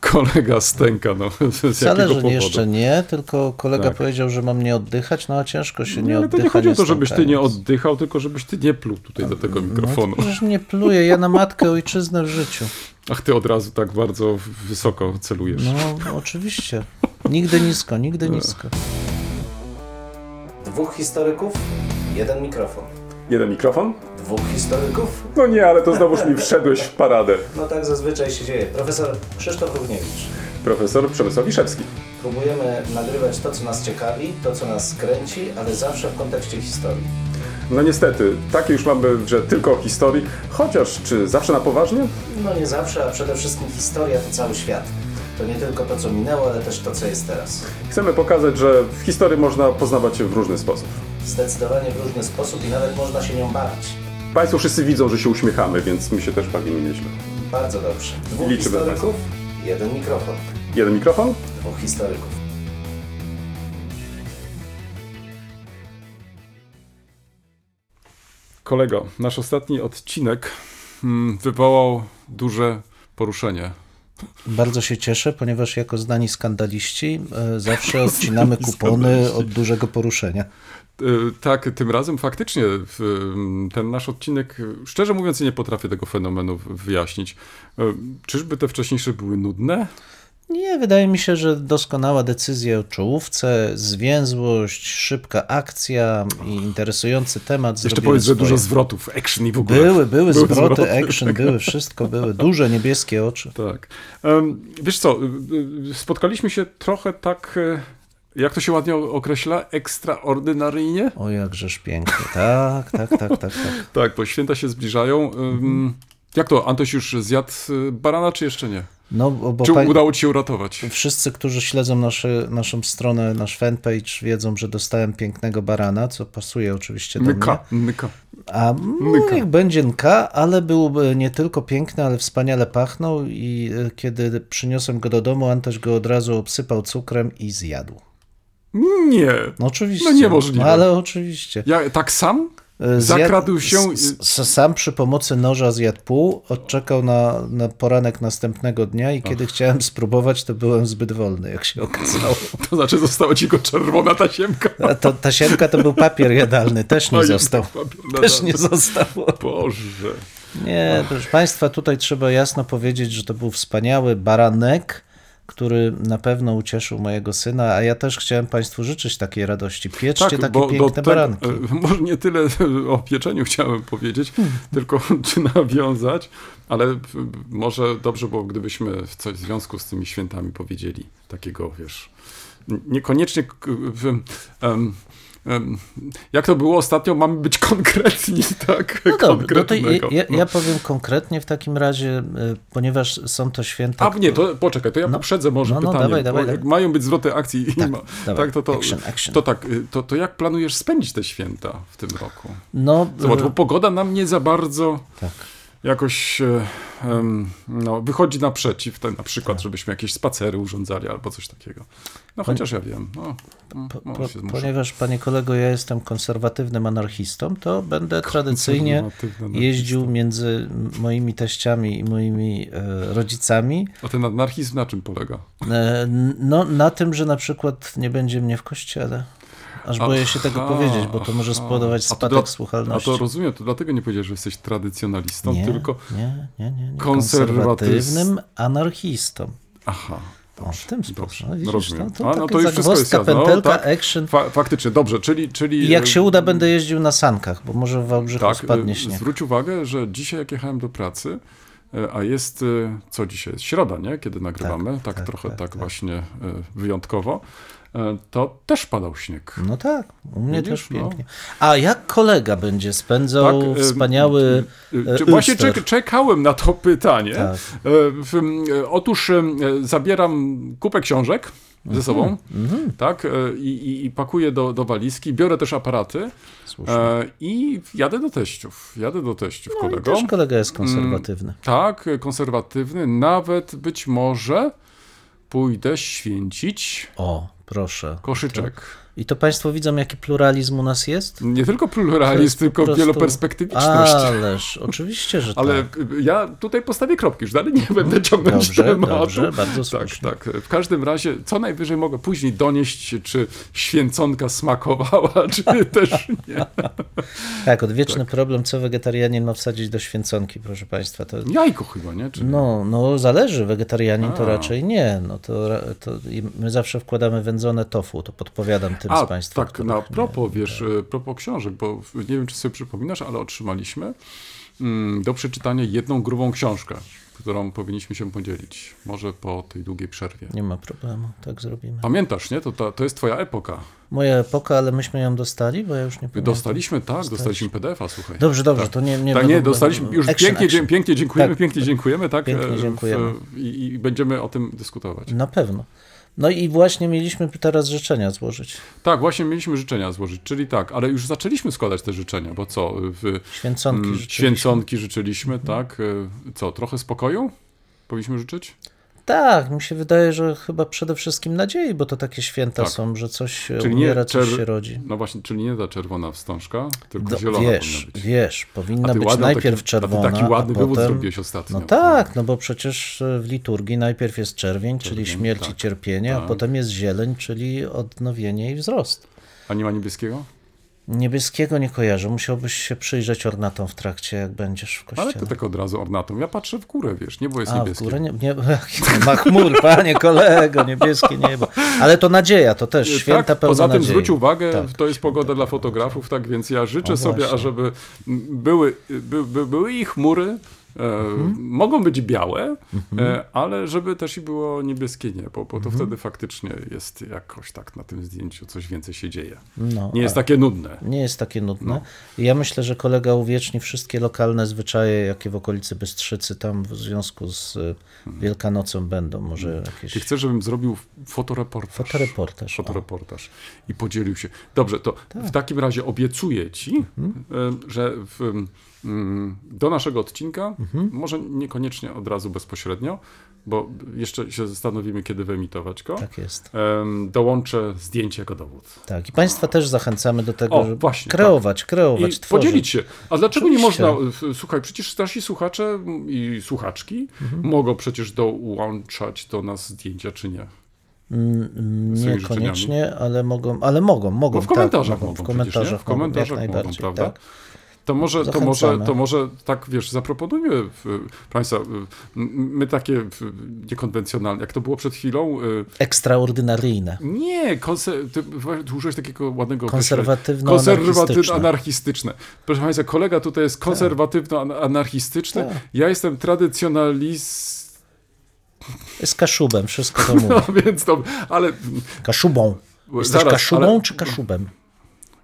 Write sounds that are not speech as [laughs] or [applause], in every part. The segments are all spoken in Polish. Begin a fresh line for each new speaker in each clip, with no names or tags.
kolega stęka, no. [laughs] Z
Wcale,
jakiego
że
powodu?
jeszcze nie, tylko kolega
Tak.
powiedział, że mam nie oddychać, no a ciężko się nie
Nie, ale to
oddycha.
nie chodzi o to, żebyś ty nie
stękając.
oddychał, tylko żebyś ty nie pluł tutaj do tego mikrofonu.
Przecież no nie pluję, ja na matkę ojczyznę w życiu.
[laughs] Ach, ty od razu tak bardzo wysoko celujesz.
No, oczywiście. Nigdy nisko, nigdy
Tak.
nisko.
Dwóch historyków, jeden mikrofon.
Jeden mikrofon?
Dwóch historyków?
No nie, ale to znowuż mi wszedłeś w paradę.
No tak zazwyczaj się dzieje. Profesor Krzysztof Równiewicz.
Profesor Przemysław Wiszewski.
Próbujemy nagrywać to, co nas ciekawi, to, co nas kręci, ale zawsze w kontekście historii.
No niestety, takie już mamy, że tylko o historii, chociaż czy zawsze na poważnie?
No nie zawsze, a przede wszystkim historia to cały świat. To nie tylko to, co minęło, ale też to, co jest teraz.
Chcemy pokazać, że w historii można poznawać się w różny sposób.
Zdecydowanie w różny sposób i nawet można się nią bawić.
Państwo wszyscy widzą, że się uśmiechamy, więc my się też bawimy nieźle.
Bardzo dobrze. Dwóch
Liczymy na
historyków, jeden mikrofon.
Jeden mikrofon?
Dwóch historyków.
Kolego, nasz ostatni odcinek mm, wywołał duże poruszenie.
Bardzo się cieszę, ponieważ jako znani skandaliści
[laughs]
e, zawsze odcinamy kupony od dużego poruszenia.
Y, Tak, tym razem faktycznie w, ym, ten nasz odcinek, y, szczerze mówiąc, ja nie potrafię tego fenomenu w- wyjaśnić. Y, Czyżby te wcześniejsze były nudne?
Nie, wydaje mi się, że doskonała decyzja o czołówce, zwięzłość, szybka akcja i interesujący temat.
Jeszcze
zrobiły
powiedz, że
swoje.
dużo zwrotów, action i w ogóle.
Były, były zwroty, action,
tak.
były wszystko, były duże niebieskie oczy.
Tak. Em, Wiesz co, y, y, spotkaliśmy się trochę tak, y, jak to się ładnie o- określa, ekstraordynaryjnie?
O jakżeż pięknie, tak, tak, tak, tak, tak.
Tak, bo święta się zbliżają. Ym, Jak to, Antoś już zjadł y, barana, czy jeszcze nie?
No, bo bo
Czy
pa-
udało ci się uratować?
wszyscy, którzy śledzą nasze, naszą stronę, nasz fanpage, wiedzą, że dostałem pięknego barana, co pasuje oczywiście do mnie.
Nyka, nyka.
A no,
Nyka.
niech będzie nka, ale byłby nie tylko piękny, ale wspaniale pachnął i e, kiedy przyniosłem go do domu, Antoś go od razu obsypał cukrem i zjadł.
Nie.
No oczywiście.
No niemożliwe.
No, ale oczywiście.
Ja tak sam?
E,
Zakradł się i-
s- s- Sam przy pomocy noża zjadł pół, odczekał na, na poranek następnego dnia i kiedy chciałem spróbować, to byłem zbyt wolny, jak się okazało.
[laughs] To znaczy została ci go czerwona tasiemka.
A to, tasiemka to był papier jadalny, też nie
Oj, No
został.
papier nadal.
Też nie zostało.
Boże.
Nie, proszę Państwa, tutaj trzeba jasno powiedzieć, że to był wspaniały baranek, który na pewno ucieszył mojego syna, a ja też chciałem Państwu życzyć takiej radości. Pieczcie takie piękne
Tak, tego-
baranki.
e, [laughs] może nie tyle e, o pieczeniu chciałem powiedzieć,
Hmm.
tylko [laughs] czy nawiązać, ale e, może dobrze było, gdybyśmy w coś w związku z tymi świętami powiedzieli takiego, wiesz, n- niekoniecznie k- e, w, em, em, jak to było ostatnio, mamy być konkretni, [laughs] tak?
No dobra, no to ja,
konkretnego.
ja, ja powiem konkretnie w takim razie, y, ponieważ są to święta.
A nie, to poczekaj, to ja
tak No.
poprzedzę może
No, no,
pytanie.
dawaj,
bo
dawaj,
jak
dawaj.
mają być zwroty akcji i
Tak,
ma,
dawaj.
tak, to, to,
Action, action.
to tak, y, to, to jak planujesz spędzić te święta w tym roku?
No,
Zobacz,
y,
bo pogoda nam nie za bardzo
Tak.
jakoś e, em, no, wychodzi naprzeciw, ten, na przykład, żebyśmy jakieś spacery urządzali albo coś takiego. No chociaż ja wiem, no, no,
po,
no,
po,
się zmuszę.
ponieważ, panie kolego, ja jestem konserwatywnym anarchistą, to będę tradycyjnie
Konserwatywny anarchista.
jeździł między moimi teściami i moimi e, rodzicami.
A ten anarchizm na czym polega?
E, No, na tym, że na przykład nie będzie mnie w kościele. Aż boję się tego
Aha,
powiedzieć, bo to może
aha.
spowodować
A to
spadek
dla-
słuchalności.
A to rozumiem, to dlatego nie powiedziałeś, że jesteś tradycjonalistą,
nie,
tylko...
nie, nie, nie, nie.
konserwatyz-
konserwatywnym anarchistą.
Aha.
O, w tym sposób.
Dobrze,
No, widzisz,
rozumiem.
no,
A,
to,
no
taka
to już wszystko jest
zagwozdka,
jasne. No,
pętelka,
tak.
action.
Fa- faktycznie, dobrze, czyli... czyli
I jak się
e,
uda, będę jeździł na sankach, bo może w Wałbrzychu
Tak,
spadnie
e,
śnieg.
zwróć uwagę, że dzisiaj jak jechałem do pracy, e, a jest, e, co dzisiaj jest, środa, nie? Kiedy nagrywamy, tak,
tak,
trochę
tak,
tak,
tak.
właśnie e, wyjątkowo, e, to też padał śnieg.
No tak, u mnie
Widzisz,
też
no.
pięknie. A jak kolega będzie spędzał
Tak, e,
wspaniały
E,
e,
Czy, właśnie
Ulster?
czek, czekałem na to pytanie.
Tak.
E, w- m, e, Otóż em, e, zabieram kupę książek
Mhm,
ze sobą, tak, e, i, i- i pakuję do, do walizki, biorę też aparaty
Słusznie.
e, i jadę do teściów, jadę do teściów
No i
kolego. Mm.
też kolega jest konserwatywny.
Tak, konserwatywny, nawet być może pójdę święcić
O, proszę.
koszyczek.
I to Państwo widzą, jaki pluralizm u nas jest?
Nie tylko
To
pluralizm,
jest po
tylko
prostu- tak.
wieloperspektywiczność.
Ależ, oczywiście, że tak.
[laughs] Ale y, ja tutaj postawię kropki, już dalej nie [laughs] będę ciągnąć
Dobrze,
tematu.
dobrze, bardzo
tak,
słusznie.
tak. W każdym razie, co najwyżej mogę później donieść, czy święconka smakowała, [laughs] czy też nie.
Tak, odwieczny problem, co wegetarianin ma wsadzić do święconki, proszę Państwa. To,
Jajko chyba, nie? Czy...
no, no, zależy, wegetarianin
A.
to raczej nie. No, to, ra- to i my zawsze wkładamy wędzone tofu, to podpowiadam tym
A,
z Państwa.
tak,
których
na
nie-
propos, wiesz, e, propos książek, bo w- nie wiem, czy sobie przypominasz, ale otrzymaliśmy mm, do przeczytania jedną grubą książkę, którą powinniśmy się podzielić. Może po tej długiej przerwie.
Nie ma problemu, tak zrobimy.
Pamiętasz, nie? To, to, to jest twoja epoka.
Moja epoka, ale myśmy ją dostali, bo ja już nie pamiętam.
Dostaliśmy, tak, dostaliśmy PDF-a, słuchaj.
Dobrze, dobrze, to nie... nie
tak,
będą-
nie, dostaliśmy,
będą-
już
action,
pięknie,
action.
dzie- pięknie dziękujemy,
Tak.
pięknie dziękujemy, tak?
Pięknie
e, w-
dziękujemy.
I, I będziemy o tym dyskutować.
Na pewno. No i właśnie mieliśmy teraz życzenia złożyć.
Tak, właśnie mieliśmy życzenia złożyć, czyli tak, ale już zaczęliśmy składać te życzenia, bo co, w,
Święconki
mm,
życzyliśmy.
święconki życzyliśmy, tak? e, Co, trochę spokoju powinniśmy życzyć?
Tak, mi się wydaje, że chyba przede wszystkim nadziei, bo to takie święta
Tak.
są, że coś e,
Czyli nie
umiera, coś
czer-
się rodzi.
No właśnie, czyli nie ta czerwona wstążka, tylko
Do-
zielona
No, wiesz,
powinna być.
wiesz, powinna
ty
być
ładny
najpierw
taki- a ty taki
czerwona,
ładny
a
wywód
potem...
zrobiłeś ostatnio.
No tak, no bo przecież e, w liturgii najpierw jest czerwień, czyli
Czerwień,
śmierć i
tak.
cierpienie, a
Tak.
potem jest zieleń, czyli odnowienie i wzrost.
A nie ma niebieskiego?
Niebieskiego nie kojarzę, musiałbyś się przyjrzeć ornatom w trakcie, jak będziesz w kościele.
Ale to tak od razu ornatą. Ja patrzę w górę, wiesz, niebo jest
no. A, w
niebieskie.
górę nie, nie, [laughs] ma chmur, panie kolego, niebieskie niebo. Ale to nadzieja, to też święta
tak,
pełna
poza tym
nadziei.
zwróć uwagę,
Tak.
to jest pogoda dla fotografów, tak więc ja życzę
O,
sobie,
właśnie.
ażeby m, były, by, by, były i chmury, e,
Mhm.
mogą być białe, e, ale żeby też i było niebieskie niebo, bo to
Mhm.
wtedy faktycznie jest jakoś tak na tym zdjęciu coś więcej się dzieje.
No,
Nie jest takie nudne.
nie jest takie nudne.
No.
Ja myślę, że kolega uwieczni wszystkie lokalne zwyczaje, jakie w okolicy Bystrzycy tam w związku z y, Wielkanocą będą. Może
Mhm. Ty
jakieś
chcesz, żebym zrobił fotoreportaż.
fotoreportaż. o. Tak.
fotoreportaż i podzielił się. Dobrze, to w takim razie obiecuję ci,
Mhm.
em, że w, em, do naszego odcinka,
Mhm.
może niekoniecznie od razu bezpośrednio, bo jeszcze się zastanowimy, kiedy wyemitować go,
Tak jest.
em, dołączę zdjęcie jako dowód.
Tak. I Państwa też zachęcamy do tego,
O,
żeby
właśnie, tak.
kreować,
I
kreować, tworzyć.
podzielić się. A dlaczego nie
Oczywiście.
można? w- Słuchaj, przecież nasi słuchacze i słuchaczki
Mhm.
mogą przecież dołączać do nas zdjęcia, czy nie?
Mm,
swoimi
Niekoniecznie, ale mogą, ale mogą, mogą.
Bo w komentarzach
tak, mogą,
mogą
w komentarzach,
przecież, nie? W komentarzach
mogą, jak
mogą,
najbardziej,
prawda?
tak.
To może, to,
Zachęcamy.
może, to może tak, wiesz, zaproponujmy w- Państwa, w- my takie w- niekonwencjonalne, jak to było przed chwilą, y,
Ekstraordynaryjne.
nie, konser- ty właśnie tu użyłeś takiego ładnego
Konserwatywno-anarchistyczne.
Konserwatywno-anarchistyczne. Proszę Państwa, kolega tutaj jest konserwatywno-anarchistyczny,
Tak.
ja jestem tradycjonalist,
Z kaszubem, wszystko
[laughs]
to mówię.
no, [laughs] więc to, ale
Kaszubą. Jesteś
Zaraz,
kaszubą
ale-
czy kaszubem?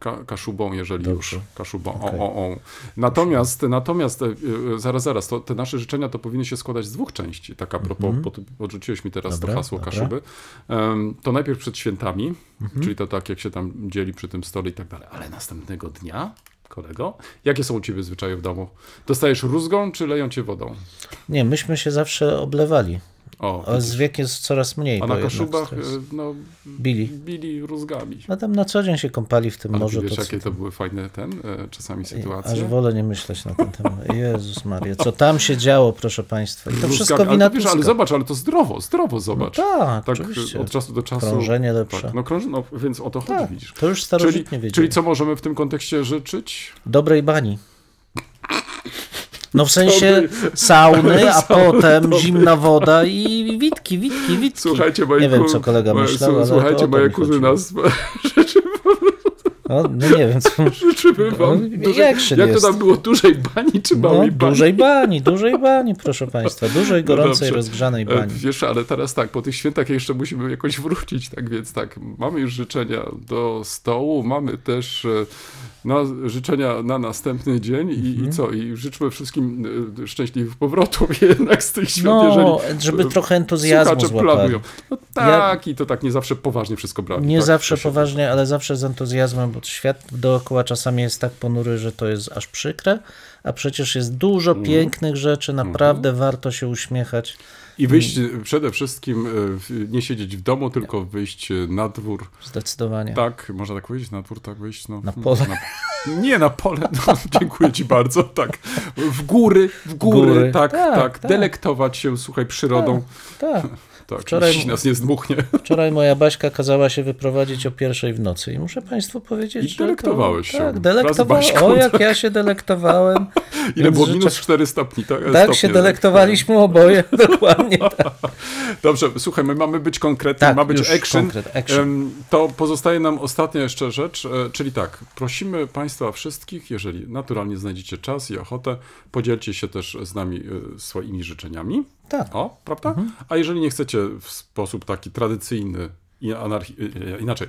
Ka kaszubą, jeżeli
Dobrze.
już. Kaszubą. O, o, o. Natomiast, natomiast e, e, zaraz, zaraz, to, te nasze życzenia to powinny się składać z dwóch części. Tak a propos, bo ty odrzuciłeś mi teraz
Mhm. Dobra,
to hasło
dobra. Mhm.
kaszuby. Em, to najpierw przed świętami, czyli to tak, jak się tam dzieli przy tym stole i tak dalej. Ale następnego dnia, kolego, jakie są u ciebie zwyczaje w domu? Dostajesz rózgą, czy leją cię wodą?
Nie, myśmy się zawsze oblewali.
O,
A z wiek jest coraz mniej.
a
bo
na
jednak
kaszubach e,
stres.
no,
Bili.
bili rózgami.
No tam na co dzień się kąpali w tym
Ale
morzu.
ty wiesz,
To, co-
jakie to były fajne ten, e, czasami sytuacje.
aż wolę nie myśleć na ten temat. Jezus Maria, co tam się działo, proszę Państwa. I to
Tuska,
wszystko
ale to
wina
wiesz, ale
Tuska.
zobacz, ale to zdrowo, zdrowo zobacz.
Tak,
tak
oczywiście.
od czasu do czasu.
Krążenie lepsze.
Tak, no, krąż, no więc o to chodzi,
Tak,
widzisz.
to już
Czyli,
starożytnie wiedzieli.
czyli co możemy w tym kontekście życzyć?
Dobrej bani. No w sensie
Dobrej-
sauny,
[laughs]
a potem zimna woda i witki, witki, witki.
Słuchajcie, moi
Nie wiem,
ku-
co kolega
moje-
myślał, ale to
Słuchajcie,
o to
moja
mi chodziło.
kuzyna [laughs] z- życzy,
No, no nie wiem, co...
życzymy wam.
No,
dużej-
jak się
jak
nie
to tam
jest?
było? Dużej bani czy
No,
małej bani? No
dużej bani, dużej bani, proszę Państwa. Dużej, gorącej,
dobrze.
rozgrzanej
E,
bani.
Wiesz, ale teraz tak, po tych świętach jeszcze musimy jakoś wrócić, tak więc tak, mamy już życzenia do stołu, mamy też e, na, życzenia na następny dzień i, i
Mhm.
co? I życzmy wszystkim e, szczęśliwych powrotów [laughs] jednak z tych świąt,
No,
jeżeli
żeby
e,
trochę entuzjazmu
słuchacze
złapali.
planują. No tak, i to tak nie zawsze poważnie wszystko brali.
Nie
tak?
zawsze
To się-
poważnie, ale zawsze z entuzjazmem, bo świat dookoła czasami jest tak ponury, że to jest aż
Mhm.
przykre, a przecież jest dużo pięknych rzeczy, naprawdę warto się uśmiechać.
I wyjść y, przede wszystkim, y, w- nie siedzieć w domu, tylko wyjść y, na dwór.
Zdecydowanie.
Tak, można tak powiedzieć, na dwór tak wyjść? No,
Na pole.
nie, na pole, no, [laughs] dziękuję ci bardzo, tak. W góry, w góry,
Góry.
Tak, tak,
Tak, tak.
Delektować się, słuchaj, przyrodą.
[laughs] Tak.
Tak,
Wczoraj-
jeśli nas nie
[laughs]
zdmuchnie.
Wczoraj moja Baśka kazała się wyprowadzić o pierwszej w nocy i muszę Państwu powiedzieć,
I
że to-
delektowałeś się
Tak,
wraz z
delektowałem.
Baśką, [laughs]
O, jak ja się delektowałem.
tak. Ile
Więc
było?
życzę-
Minus 4 stopni, tak?
Tak się
Stopnie.
delektowaliśmy oboje, [laughs] dokładnie tak.
Dobrze, słuchaj, my mamy być konkretni,
Tak,
ma być
już
action.
konkret, action.
Em, To pozostaje nam ostatnia jeszcze rzecz, e, czyli tak, prosimy Państwa wszystkich, jeżeli naturalnie znajdziecie czas i ochotę, podzielcie się też z nami e, swoimi życzeniami.
Tak.
O, prawda? A jeżeli nie chcecie w sposób taki tradycyjny, i anarchi- e, e, inaczej,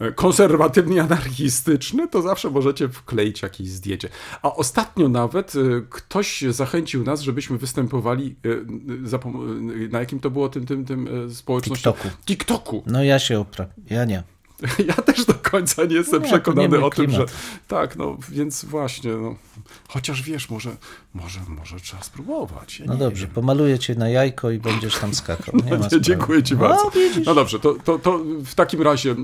e, konserwatywnie anarchistyczny, to zawsze możecie wkleić jakieś zdjęcie. A ostatnio nawet e, ktoś zachęcił nas, żebyśmy występowali e, n- zapom- e, na jakim to było tym, tym, tym e, społeczności?
TikToku.
TikToku.
No ja się upra... Ja nie.
Ja też do końca nie jestem
Nie, to nie
przekonany
mój
o tym, że
klimat.
tak, no więc właśnie, no. chociaż wiesz, może, może, może trzeba spróbować. Ja
No
nie
dobrze, pomaluję cię na jajko i będziesz tam skakał. Nie
Nie,
ma sprawy.
[laughs] dziękuję Ci
No,
bardzo.
widzisz.
No dobrze, to, to, to w takim razie, e,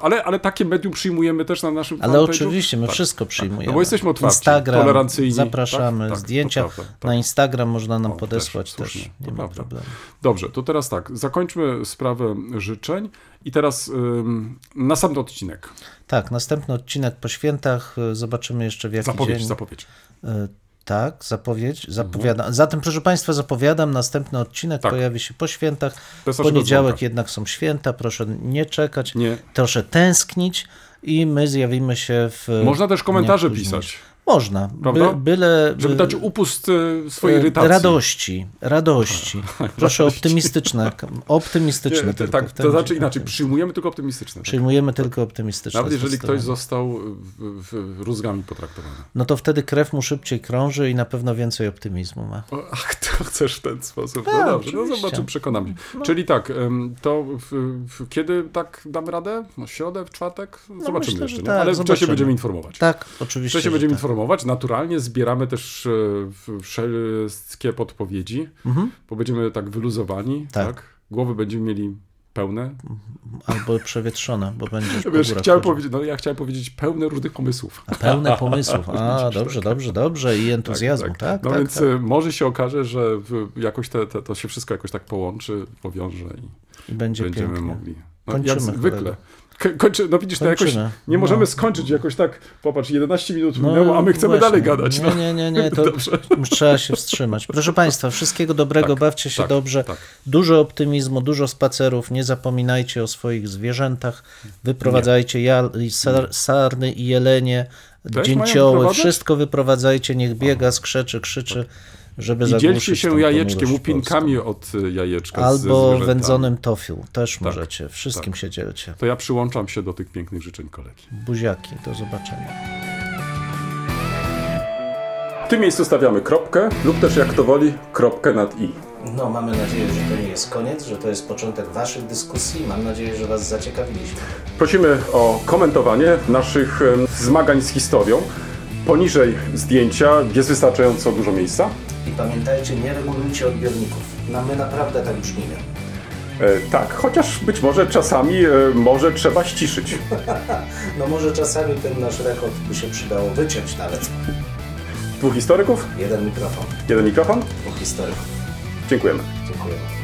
ale, ale takie medium przyjmujemy też na naszym
Ale
fanpage'u?
oczywiście, my
Tak.
wszystko przyjmujemy.
No bo jesteśmy otwarci,
Instagram,
tolerancyjni.
Zapraszamy,
Tak, tak, to
zdjęcia
prawda, tak.
na Instagram można nam
O,
podesłać też.
słusznie,
nie
to
ma
prawda.
problemu.
Dobrze, to teraz tak, zakończmy sprawę życzeń i teraz ym, na sam odcinek.
Tak, następny odcinek po świętach. y, Zobaczymy jeszcze w jaki
Zapowiedź,
dzień.
zapowiedź.
Y, Tak, zapowiedź. Zapowiadam. Zatem, proszę Państwa, zapowiadam. Następny odcinek
Mhm. Tak.
pojawi się po świętach.
Bez
W
naszego
poniedziałek
dzwonka.
jednak są święta. Proszę nie czekać,
Nie.
troszę tęsknić i my zjawimy się w.
Można też komentarze
dniach późniejszych.
pisać,
Można.
Prawda?
By, byle.
żeby
by-
dać upust y, swojej
e,
irytacji.
Radości,
[laughs]
radości. Proszę optymistyczne, optymistyczne
Nie,
tylko.
tak,
w ten
to
dzień.
znaczy inaczej, przyjmujemy tylko optymistyczne. Tak.
Przyjmujemy tylko optymistyczne.
Nawet jeżeli ktoś
zdecydowanie.
został w, w, rózgami potraktowany.
No to wtedy krew mu szybciej krąży i na pewno więcej optymizmu ma.
O, Ach, to chcesz w ten sposób.
Tak,
No dobrze, no
oczywiście. No.
zobaczymy, przekonam się. Czyli tak, em, to w, w, kiedy tak damy radę? No, w środę, w czwartek? Zobaczymy
myślę,
jeszcze,
że
no,
tak,
ale w czasie
zobaczymy.
będziemy informować.
Tak,
W
oczywiście.
czasie
że
będziemy
tak.
informować. Naturalnie zbieramy też e, w- wszelkie podpowiedzi, bo będziemy tak wyluzowani, tak.
Mhm. Tak. No,
Głowy będziemy mieli pełne.
Albo przewietrzone, bo będziesz po
Wiesz,
górach
chciałem
chodził.
powiedzieć, no ja chciałem powiedzieć pełne różnych pomysłów.
A
[laughs]
pełne pomysłów. A, dobrze,
tak.
dobrze, dobrze. I entuzjazmu, tak? tak,
No
tak,
więc e, może się okaże, że w- jakoś te, te, to się wszystko jakoś tak połączy, powiąże i
I będzie
e, będziemy
pięknie.
mogli. No,
Kończymy,
jak zwykle.
kolego.
K- Kończy, no widzisz, to jakoś
Kończymy.
nie
No.
możemy skończyć jakoś tak, popatrz, 11 minut minęło, a my chcemy
właśnie.
dalej gadać. No.
Nie, nie, nie, nie
[laughs]
to
Dobrze.
trzeba się wstrzymać. Proszę Państwa, wszystkiego dobrego,
Tak,
bawcie się
tak,
dobrze.
tak.
Dużo optymizmu, dużo spacerów, nie zapominajcie o swoich zwierzętach. Wyprowadzajcie jal, i sar, sarny i jelenie,
mają
dzięcioły,
wyprowadzać? Tak.
wszystko wyprowadzajcie, niech biega, skrzeczy, krzyczy,
No
żeby
I
zagłuszyć
dzielcie
tą
się jajeczkiem,
ponurość
upinkami od y, jajeczka z
Albo
zwierzętami.
wędzonym tofiu, też możecie. Wszystkim się dzielcie.
To ja przyłączam się do tych pięknych życzeń kolegi.
Buziaki, do zobaczenia.
W tym miejscu stawiamy kropkę lub też jak to woli kropkę nad i.
No, mamy nadzieję, że to nie jest koniec, że to jest początek Waszych dyskusji. Mam nadzieję, że Was zaciekawiliśmy.
Prosimy o komentowanie naszych em, zmagań z historią. Poniżej zdjęcia jest wystarczająco dużo miejsca.
I pamiętajcie, nie regulujcie odbiorników. No, my naprawdę tak brzmimy.
E, tak, chociaż być może czasami e, może trzeba ściszyć.
No, może czasami ten nasz rekord by się przydało wyciąć nawet.
Dwóch historyków,
Jeden mikrofon
jeden mikrofon.
u historyków.
Dziękujemy.
Dziękujemy.